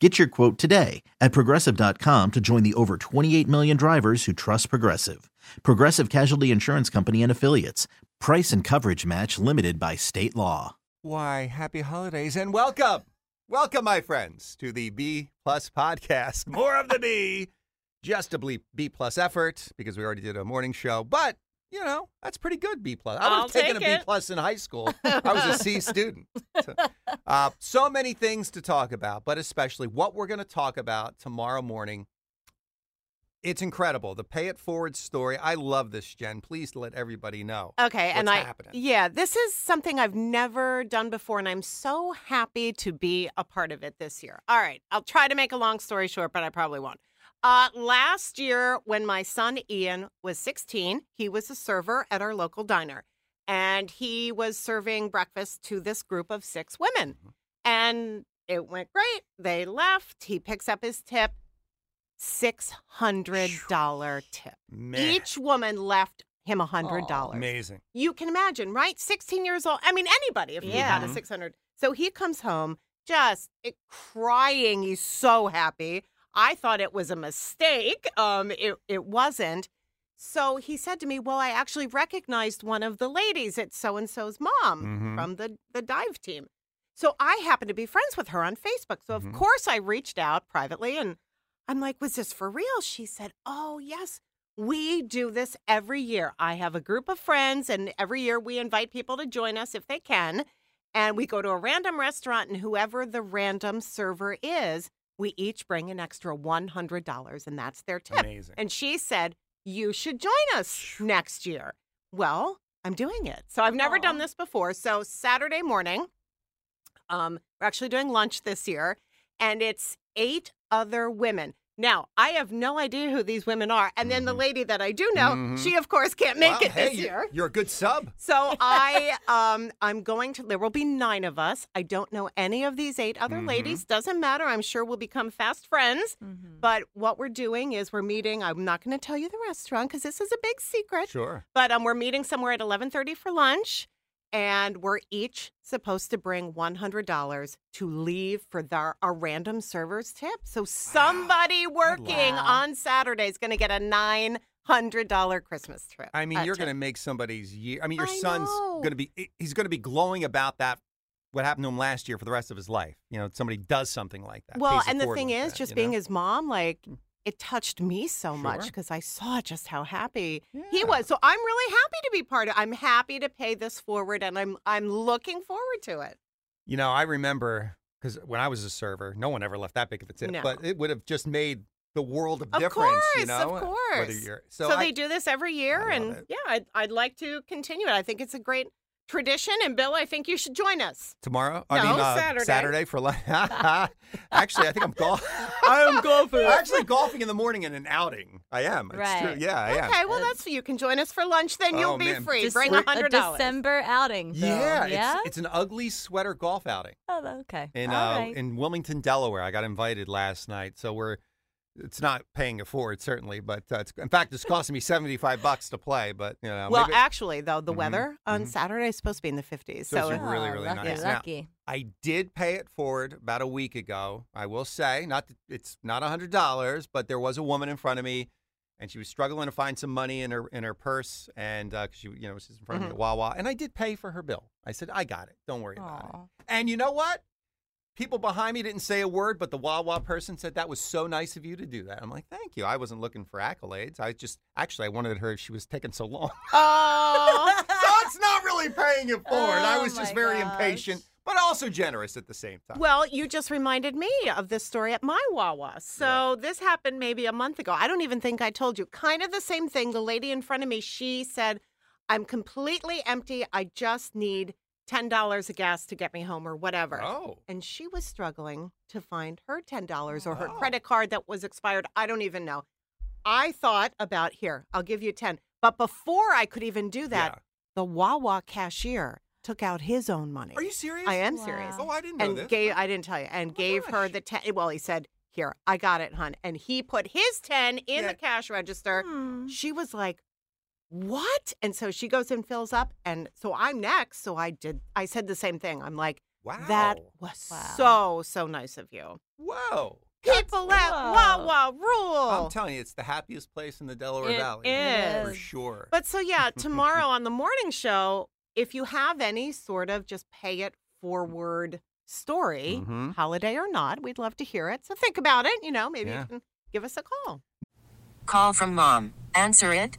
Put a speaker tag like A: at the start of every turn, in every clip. A: Get your quote today at progressive.com to join the over 28 million drivers who trust Progressive. Progressive Casualty Insurance Company and Affiliates. Price and coverage match limited by state law.
B: Why, happy holidays and welcome. Welcome, my friends, to the B Plus podcast. More of the B, just a bleep B Plus effort because we already did a morning show, but you know, that's pretty good B plus. I would
C: I'll
B: have taken
C: take
B: a B
C: it.
B: plus in high school. I was a C student. So, uh, so many things to talk about, but especially what we're going to talk about tomorrow morning. It's incredible. The pay it forward story. I love this, Jen. Please let everybody know.
C: Okay, and
B: what's
C: I
B: happening.
C: yeah, this is something I've never done before, and I'm so happy to be a part of it this year. All right, I'll try to make a long story short, but I probably won't. Uh, last year, when my son Ian was 16, he was a server at our local diner, and he was serving breakfast to this group of six women,
B: Mm-hmm.
C: and it went great. They left. He picks up his tip, six hundred dollar tip.
B: Man,
C: Each woman left him a hundred dollars.
B: amazing.
C: You can imagine, right? Sixteen years old. I mean, anybody if you had a
B: Yeah.
C: six hundred. So he comes home just eh, crying. He's so happy. I thought it was a mistake. Um, it it wasn't. So he said to me, "Well, I actually recognized one of the ladies. It's so and so's mom
B: Mhm.
C: from the the dive team." So I happen to be friends with her on Facebook. So
B: Mhm.
C: of course I reached out privately and I'm like, was this for real? She said, Oh, yes. We do this every year. I have a group of friends, and every year we invite people to join us if they can. And we go to a random restaurant, and whoever the random server is, we each bring an extra $100, and that's their tip.
B: Amazing.
C: And she said, You should join us next year. Well, I'm doing it. So I've never done this before. So Saturday morning, um, we're actually doing lunch this year, and it's eight other women. Now, I have no idea who these women are. And then the lady that I do know,
B: Mhm.
C: she of course can't make
B: Mm-hmm. Wow,
C: it
B: hey,
C: this
B: you-
C: year.
B: You're a good sub.
C: So I um I'm going to there will be 9 of us. I don't know any of these 8 other
B: Mhm.
C: ladies. Doesn't matter. I'm sure we'll become fast friends.
B: Mm-hmm.
C: But what we're doing is we're meeting. I'm not going to tell you the restaurant cuz this is a big secret.
B: Sure.
C: But um we're meeting somewhere at 11:30 for lunch and we're each supposed to bring $100 to leave for their a random server's tip. So somebody working on Saturday is going to get a $900 Christmas trip.
B: I mean,
C: uh,
B: you're
C: tip.
B: going to make somebody's year. I mean, your
C: I
B: son's
C: know.
B: going to be, he- he's going to be glowing about that, what happened to him last year for the rest of his life. You know, somebody does something like that.
C: Well,
B: pays it
C: and the
B: forward
C: thing
B: like
C: is,
B: that,
C: just
B: you
C: being
B: know? Mm.
C: his mom, like it touched me so much
B: Sure.
C: because I saw just how happy he
B: Yeah.
C: was. So I'm really happy to be part of. I'm happy to pay this forward, and I'm I'm looking forward to it.
B: You know, I remember because when I was a server, no one ever left that big of a tip,
C: No.
B: but it would have just made the world of,
C: Of
B: difference. you
C: course, of
B: know, uh, Whether
C: course.
B: you're,
C: So,
B: so I-
C: they do this every year,
B: I
C: and
B: love it.
C: yeah, I'd, I'd like to continue it. I think it's a great tradition, and Bill, I think you should join us.
B: tomorrow. I
C: No,
B: mean, uh,
C: Saturday.
B: for lunch. Actually, I think I'm golf. I am golfing. I'm actually golfing in the morning in an outing. I am. It's true.
D: Right.
B: Yeah, I am.
C: Okay, well that's you can join us for lunch. Then
B: Oh,
C: you'll be
B: man.
C: free.
D: Dec-
C: Bring
D: a
C: a hundred dollars.
D: December outing. Though.
B: Yeah,
D: Yeah.
B: It's, it's an ugly sweater golf outing
D: oh, okay.
B: in
D: All
B: uh,
D: right.
B: in Wilmington, Delaware. I got invited last night, so we're it's not paying it forward certainly, but uh, it's, in fact, it's costing me seventy five bucks to play. But you know,
C: Well,
B: maybe-
C: actually, though the
B: Mhm,
C: weather on
B: mhm.
C: Saturday is supposed to be in the 50s,
B: So it's
C: so
B: a really,
D: Oh,
B: really
D: lucky,
B: nice. Now-
D: Lucky.
B: I did pay it forward about a week ago. I will say, not that it's not hundred dollars, but there was a woman in front of me, and she was struggling to find some money in her in her purse, and uh, 'cause she, you know, she's in front of me
D: Mm-hmm.
B: at Wawa, and I did pay for her bill. I said, I got it. Don't worry about it.
D: Aw.
B: And you know what? People behind me didn't say a word, but the Wawa person said that was so nice of you to do that. I'm like, thank you. I wasn't looking for accolades. I just actually I wanted her if she was taking so long.
C: Oh,
B: so it's paying it forward. I
D: Oh,
B: was just
D: my
B: very
D: gosh.
B: impatient, but also generous at the same time.
C: Well, you just reminded me of this story at my Wawa. So this happened maybe a month ago. I don't even think I told you. Kind of the same thing. The lady in front of me, she said, "I'm completely empty. I just need ten dollars of gas to get me home or whatever."
B: oh,
C: And she was struggling to find her ten dollars or her
B: Oh.
C: credit card that was expired. I don't even know. I thought about here. I'll give you ten. But before I could even do that, the Wawa cashier took out his own money.
B: yeah. Are you serious?
C: I am serious
B: Oh, I didn't know
C: and
B: this. Oh
C: gave I didn't tell you and
B: my
C: gave her
B: gosh.
C: the ten. Well, he said, "Here, I got it, hun," and he put his ten in
B: Yeah. Hmm.
C: the cash register. She was like, "What?" And so she goes and fills up, and so I'm next. So I did. I said the same thing. I'm like,
B: wow.
C: "That was
D: Wow.
C: so so nice of you."
B: Whoa.
C: People at
D: Whoa.
C: Wawa rule.
B: I'm telling you, it's the happiest place in the Delaware
C: It
B: Valley. For
D: is.
B: sure.
C: But so yeah, tomorrow on the morning show, if you have any sort of just pay it forward story,
B: Mhm.
C: holiday or not, we'd love to hear it. So think about it, you know, maybe
B: Yeah.
C: you can give us a call.
E: Call from mom. Answer it.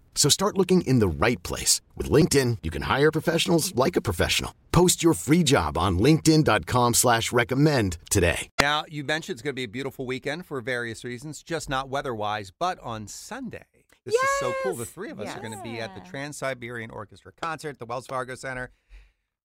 F: So start looking in the right place. With LinkedIn, you can hire professionals like a professional. Post your free job on linkedin.com/recommend slash recommend today.
B: Now, you mentioned it's going to be a beautiful weekend for various reasons, just not weather wise, but on Sunday. This is so cool. The
C: Yes.
B: three of us are going to be at the
D: Yeah.
B: Trans Siberian Orchestra concert at the Wells Fargo Center.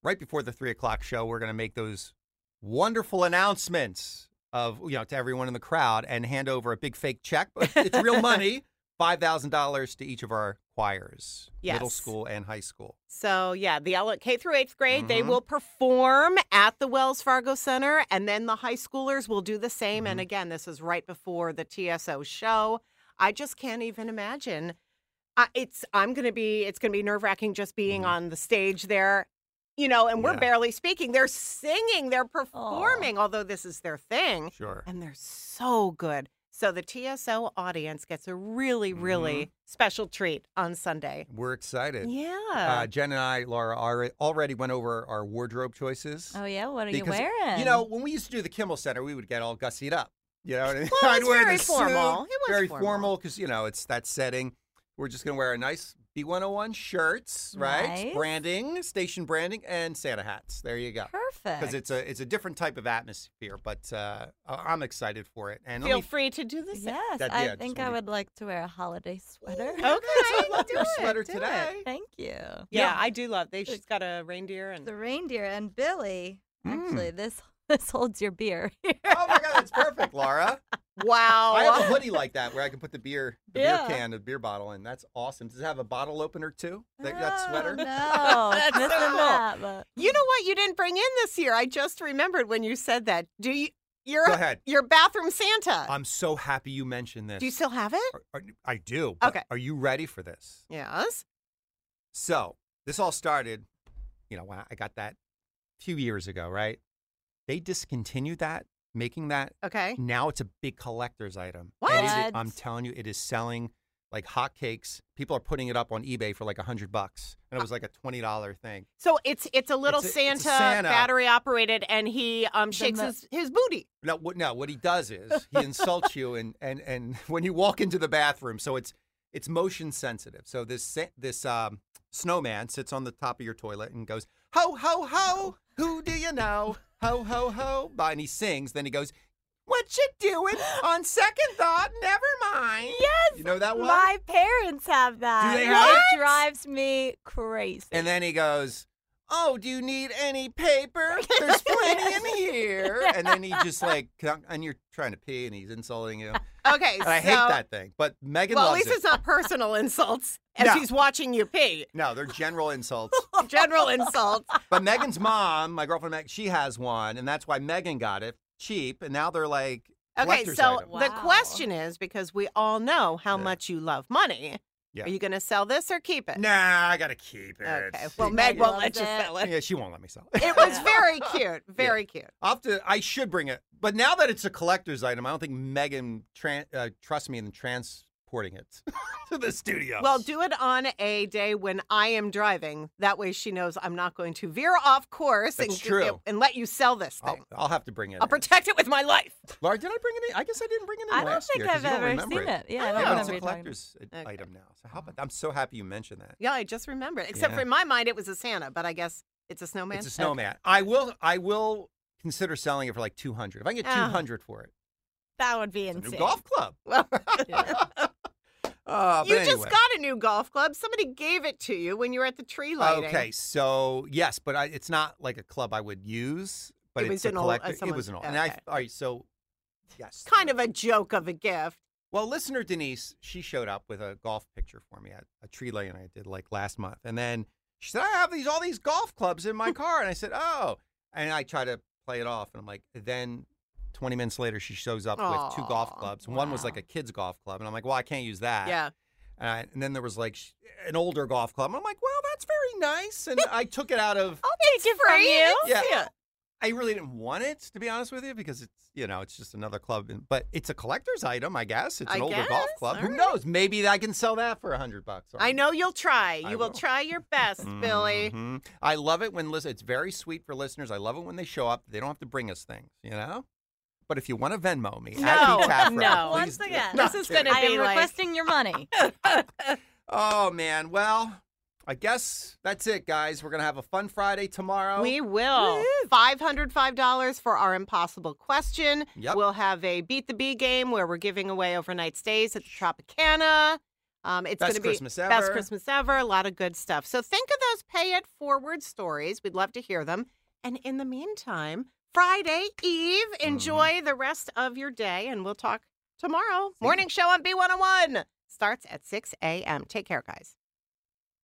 B: Right before the three o'clock show, we're going to make those wonderful announcements of you know to everyone in the crowd and hand over a big fake check. But it's real money, five thousand dollars to each of our choirs, middle
C: Yes.
B: school and high school.
C: So yeah, the ele- K through eighth grade, they
B: Mhm.
C: will perform at the Wells Fargo Center, and then the high schoolers will do the same. And again, this is right before the TSO show. I just can't even imagine. I, it's I'm gonna be it's gonna be nerve wracking just being on the stage there, you know. And we're
B: Yeah.
C: barely speaking. They're singing, they're performing, although this is their thing,
B: Sure.
C: and they're so good. So the TSO audience gets a really, really special treat on Sunday.
B: We're excited.
C: Yeah.
B: Uh, Jen and I, Laura, alre- already went over our wardrobe choices.
D: Oh yeah, what are you
B: because,
D: wearing?
B: You know, when we used to do the Kimmel Center, we would get all gussied up. You know, what I mean?
C: Well,
B: I'd
C: it's
B: wear
C: very
B: the
C: formal.
B: Suit,
C: It was
B: very
C: formal.
B: formal because you know it's that setting. We're just gonna wear a nice B101 shirts, right?
D: Nice.
B: Branding, station branding, and Santa hats. There you go.
D: perfect.
B: Because it's a it's a different type of atmosphere, but uh, I- I'm excited for it. And let
C: Feel
B: me-
C: free to do this.
D: yes.
B: that- yeah,
D: I
B: just
D: think
B: wanna
D: I
B: be-
D: would like to wear a holiday sweater.
C: Okay,
B: I love
C: do
B: your
C: it,
B: sweater
C: do it.
B: today.
D: Thank you.
C: Yeah,
B: Yeah.
C: I do love. They she's got a reindeer and
D: The reindeer and Billy.
B: Mm.
D: Actually, this this holds your beer.
B: Oh my god, that's perfect, Laura.
C: wow.
B: I have a hoodie like that where I can put the beer, the
D: Yeah.
B: beer can, the beer bottle in. That's awesome. Does it have a bottle opener too? That, that
D: Oh,
B: sweater.
D: No,
C: That's
D: missing
C: so cool.
D: that. But
C: You know what you didn't bring in this year? I just remembered when you said that. Do you? You're
B: Go ahead.
C: Your bathroom Santa.
B: I'm so happy you mentioned this.
C: do you still have it?
B: Are- are- I do. but
C: Okay.
B: Are you ready for this?
C: Yes.
B: So this all started, you know, when I got that a few years ago, right? They discontinued that, making that.
C: Okay.
B: Now it's a big collector's item.
C: Eh. What?
B: And it is-
D: What?
B: I'm telling you, it is selling like hotcakes. People are putting it up on eBay for like a hundred bucks, and it was like a twenty dollar thing.
C: So it's it's a little
B: It's a-
C: Santa,
B: it's a Santa.
C: battery operated, and he um, shakes
D: mo-
C: his, his booty.
B: No, what, no, what he does is he insults you, and and and when you walk into the bathroom, so it's it's motion sensitive. So this sa- this um, snowman sits on the top of your toilet and goes ho ho ho, who do you know? Ho ho ho, Bye, and he sings. Then he goes, "What you doing? On second thought, never mind."
D: Yes,
B: you know that one.
D: My parents have that.
B: they have
D: It drives me crazy.
B: And then he goes, "Oh, do you need any paper? There's plenty in here." And then he just like, and you're trying to pee, and he's insulting you.
C: Okay,
B: And I hate
C: so-
B: that thing. But Megan
C: Well, at
B: loves
C: least
B: it.
C: it's not personal insults as
B: No.
C: he's watching you pee.
B: No, they're general insults.
C: General insults.
B: but Megan's mom, my girlfriend Meg, she has one, and that's why Megan got it cheap. And now they're like
C: Okay,
B: collector's
C: so
B: item.
C: the
D: Wow.
C: question is because we all know how
B: Yeah.
C: much you love money.
B: Yeah.
C: Are you going to sell this or keep it?
B: nah, I gotta keep it.
C: Okay. Well,
D: She
C: Meg
D: probably
C: won't let
D: loves
C: you
D: it.
C: sell it.
B: yeah, she won't let me sell it.
C: It was very cute. Very cute.
B: I'll have to, I should bring it, but now that it's a collector's item, I don't think Megan tran- uh, trusts me in transporting it to the studio.
C: Well, do it on a day when I am driving. That way she knows I'm not going to veer off course
B: That's
C: and,
B: true. Oh,
C: and let you sell this thing.
B: I'll, I'll have to bring it.
C: I'll
B: in.
C: protect it with my life.
B: Laura, did I bring it in? I guess I didn't bring it in
D: I don't
B: last
D: think
B: year 'cause
D: I've
B: you don't
D: ever
B: remember
D: seen
B: it.
D: it. Yeah, I
B: yeah,
D: don't
B: it's
D: remember
B: a
D: you talking about.
B: collector's i-
C: Okay.
B: item now. So how about I'm so happy you mentioned that.
C: Yeah, I just remembered. Except
B: Yeah.
C: for in my mind, it was a Santa, but I guess it's a snowman.
B: It's a snowman. I will I will consider selling it for like 200. If I can get
C: Ah.
B: 200 for it.
D: That would be
B: It's a
D: insane.
B: new golf club.
C: Well,
B: Uh, but
C: you just
B: anyway.
C: got a new golf club. Somebody gave it to you when you were at the tree
B: Oh,
C: lighting.
B: Okay, so yes, but I, it's not like a club I would use, but
C: It was
B: it's a
C: an old- uh,
B: collector. it
C: someone-
B: was an old. And I,
C: okay.
B: all right, so yes.
C: Kind of a joke of a gift.
B: Well, listener Denise, she showed up with a golf picture for me at a tree laying I did like last month. And then she said, I have these all these golf clubs in my car. And I said, Oh. And I try to play it off. And I'm like, then 20 minutes later, she shows up with two golf
C: Aw,
B: clubs. One was like
D: wow.
B: a kid's golf club. And I'm like, Well, I can't use that.
C: yeah.
B: And, I, and then there was like sh- an older golf club. And I'm like, Well, that's very nice. And I took it out of,
D: I'll take it from
C: free.
D: you.
B: Yeah.
C: Yeah.
B: I really didn't want it, to be honest with you, because it's, you know, it's just another club. And, but it's a collector's item, I guess. It's
C: I
B: an older golf
C: guess.
B: club.
C: All
B: Who
C: right.
B: knows? Maybe I can sell that for a 100 bucks.
C: I know you'll try. You
B: I
C: will
B: will.
C: try your best, Billy.
B: Mhm. I love it when listen. It's very sweet for listeners. I love it when they show up. They don't have to bring us things, you know. But if you want to Venmo me, at
C: No,
B: Pete Taffrey,
C: no.
B: please
D: Once
B: do.
D: again,
B: No,
C: This is
B: kidding.
C: gonna
D: I
C: be
D: am
C: like-
D: requesting your money.
B: Oh man, well, I guess that's it, guys. We're gonna have a fun Friday tomorrow.
C: We will. $505 for our impossible question.
B: Yep.
C: We'll have a Beat the Bee game where we're giving away overnight stays at the Tropicana. Um, it's
B: Best
C: going to be
B: Christmas
C: best
B: ever.
C: Christmas ever. A lot of good stuff. So think of those pay it forward stories. We'd love to hear them. And in the meantime, Friday Eve,
B: Mm-hmm.
C: enjoy the rest of your day, and we'll talk tomorrow. Morning show on B101 starts at 6 a.m. Take care, guys.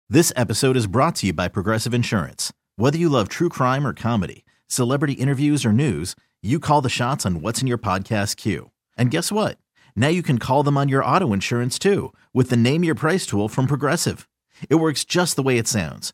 A: This episode is brought to you by Progressive Insurance. Whether you love true crime or comedy, celebrity interviews or news, you call the shots on what's in your podcast queue. And guess what? Now you can call them on your auto insurance too with the Name Your Price tool from Progressive. It works just the way it sounds.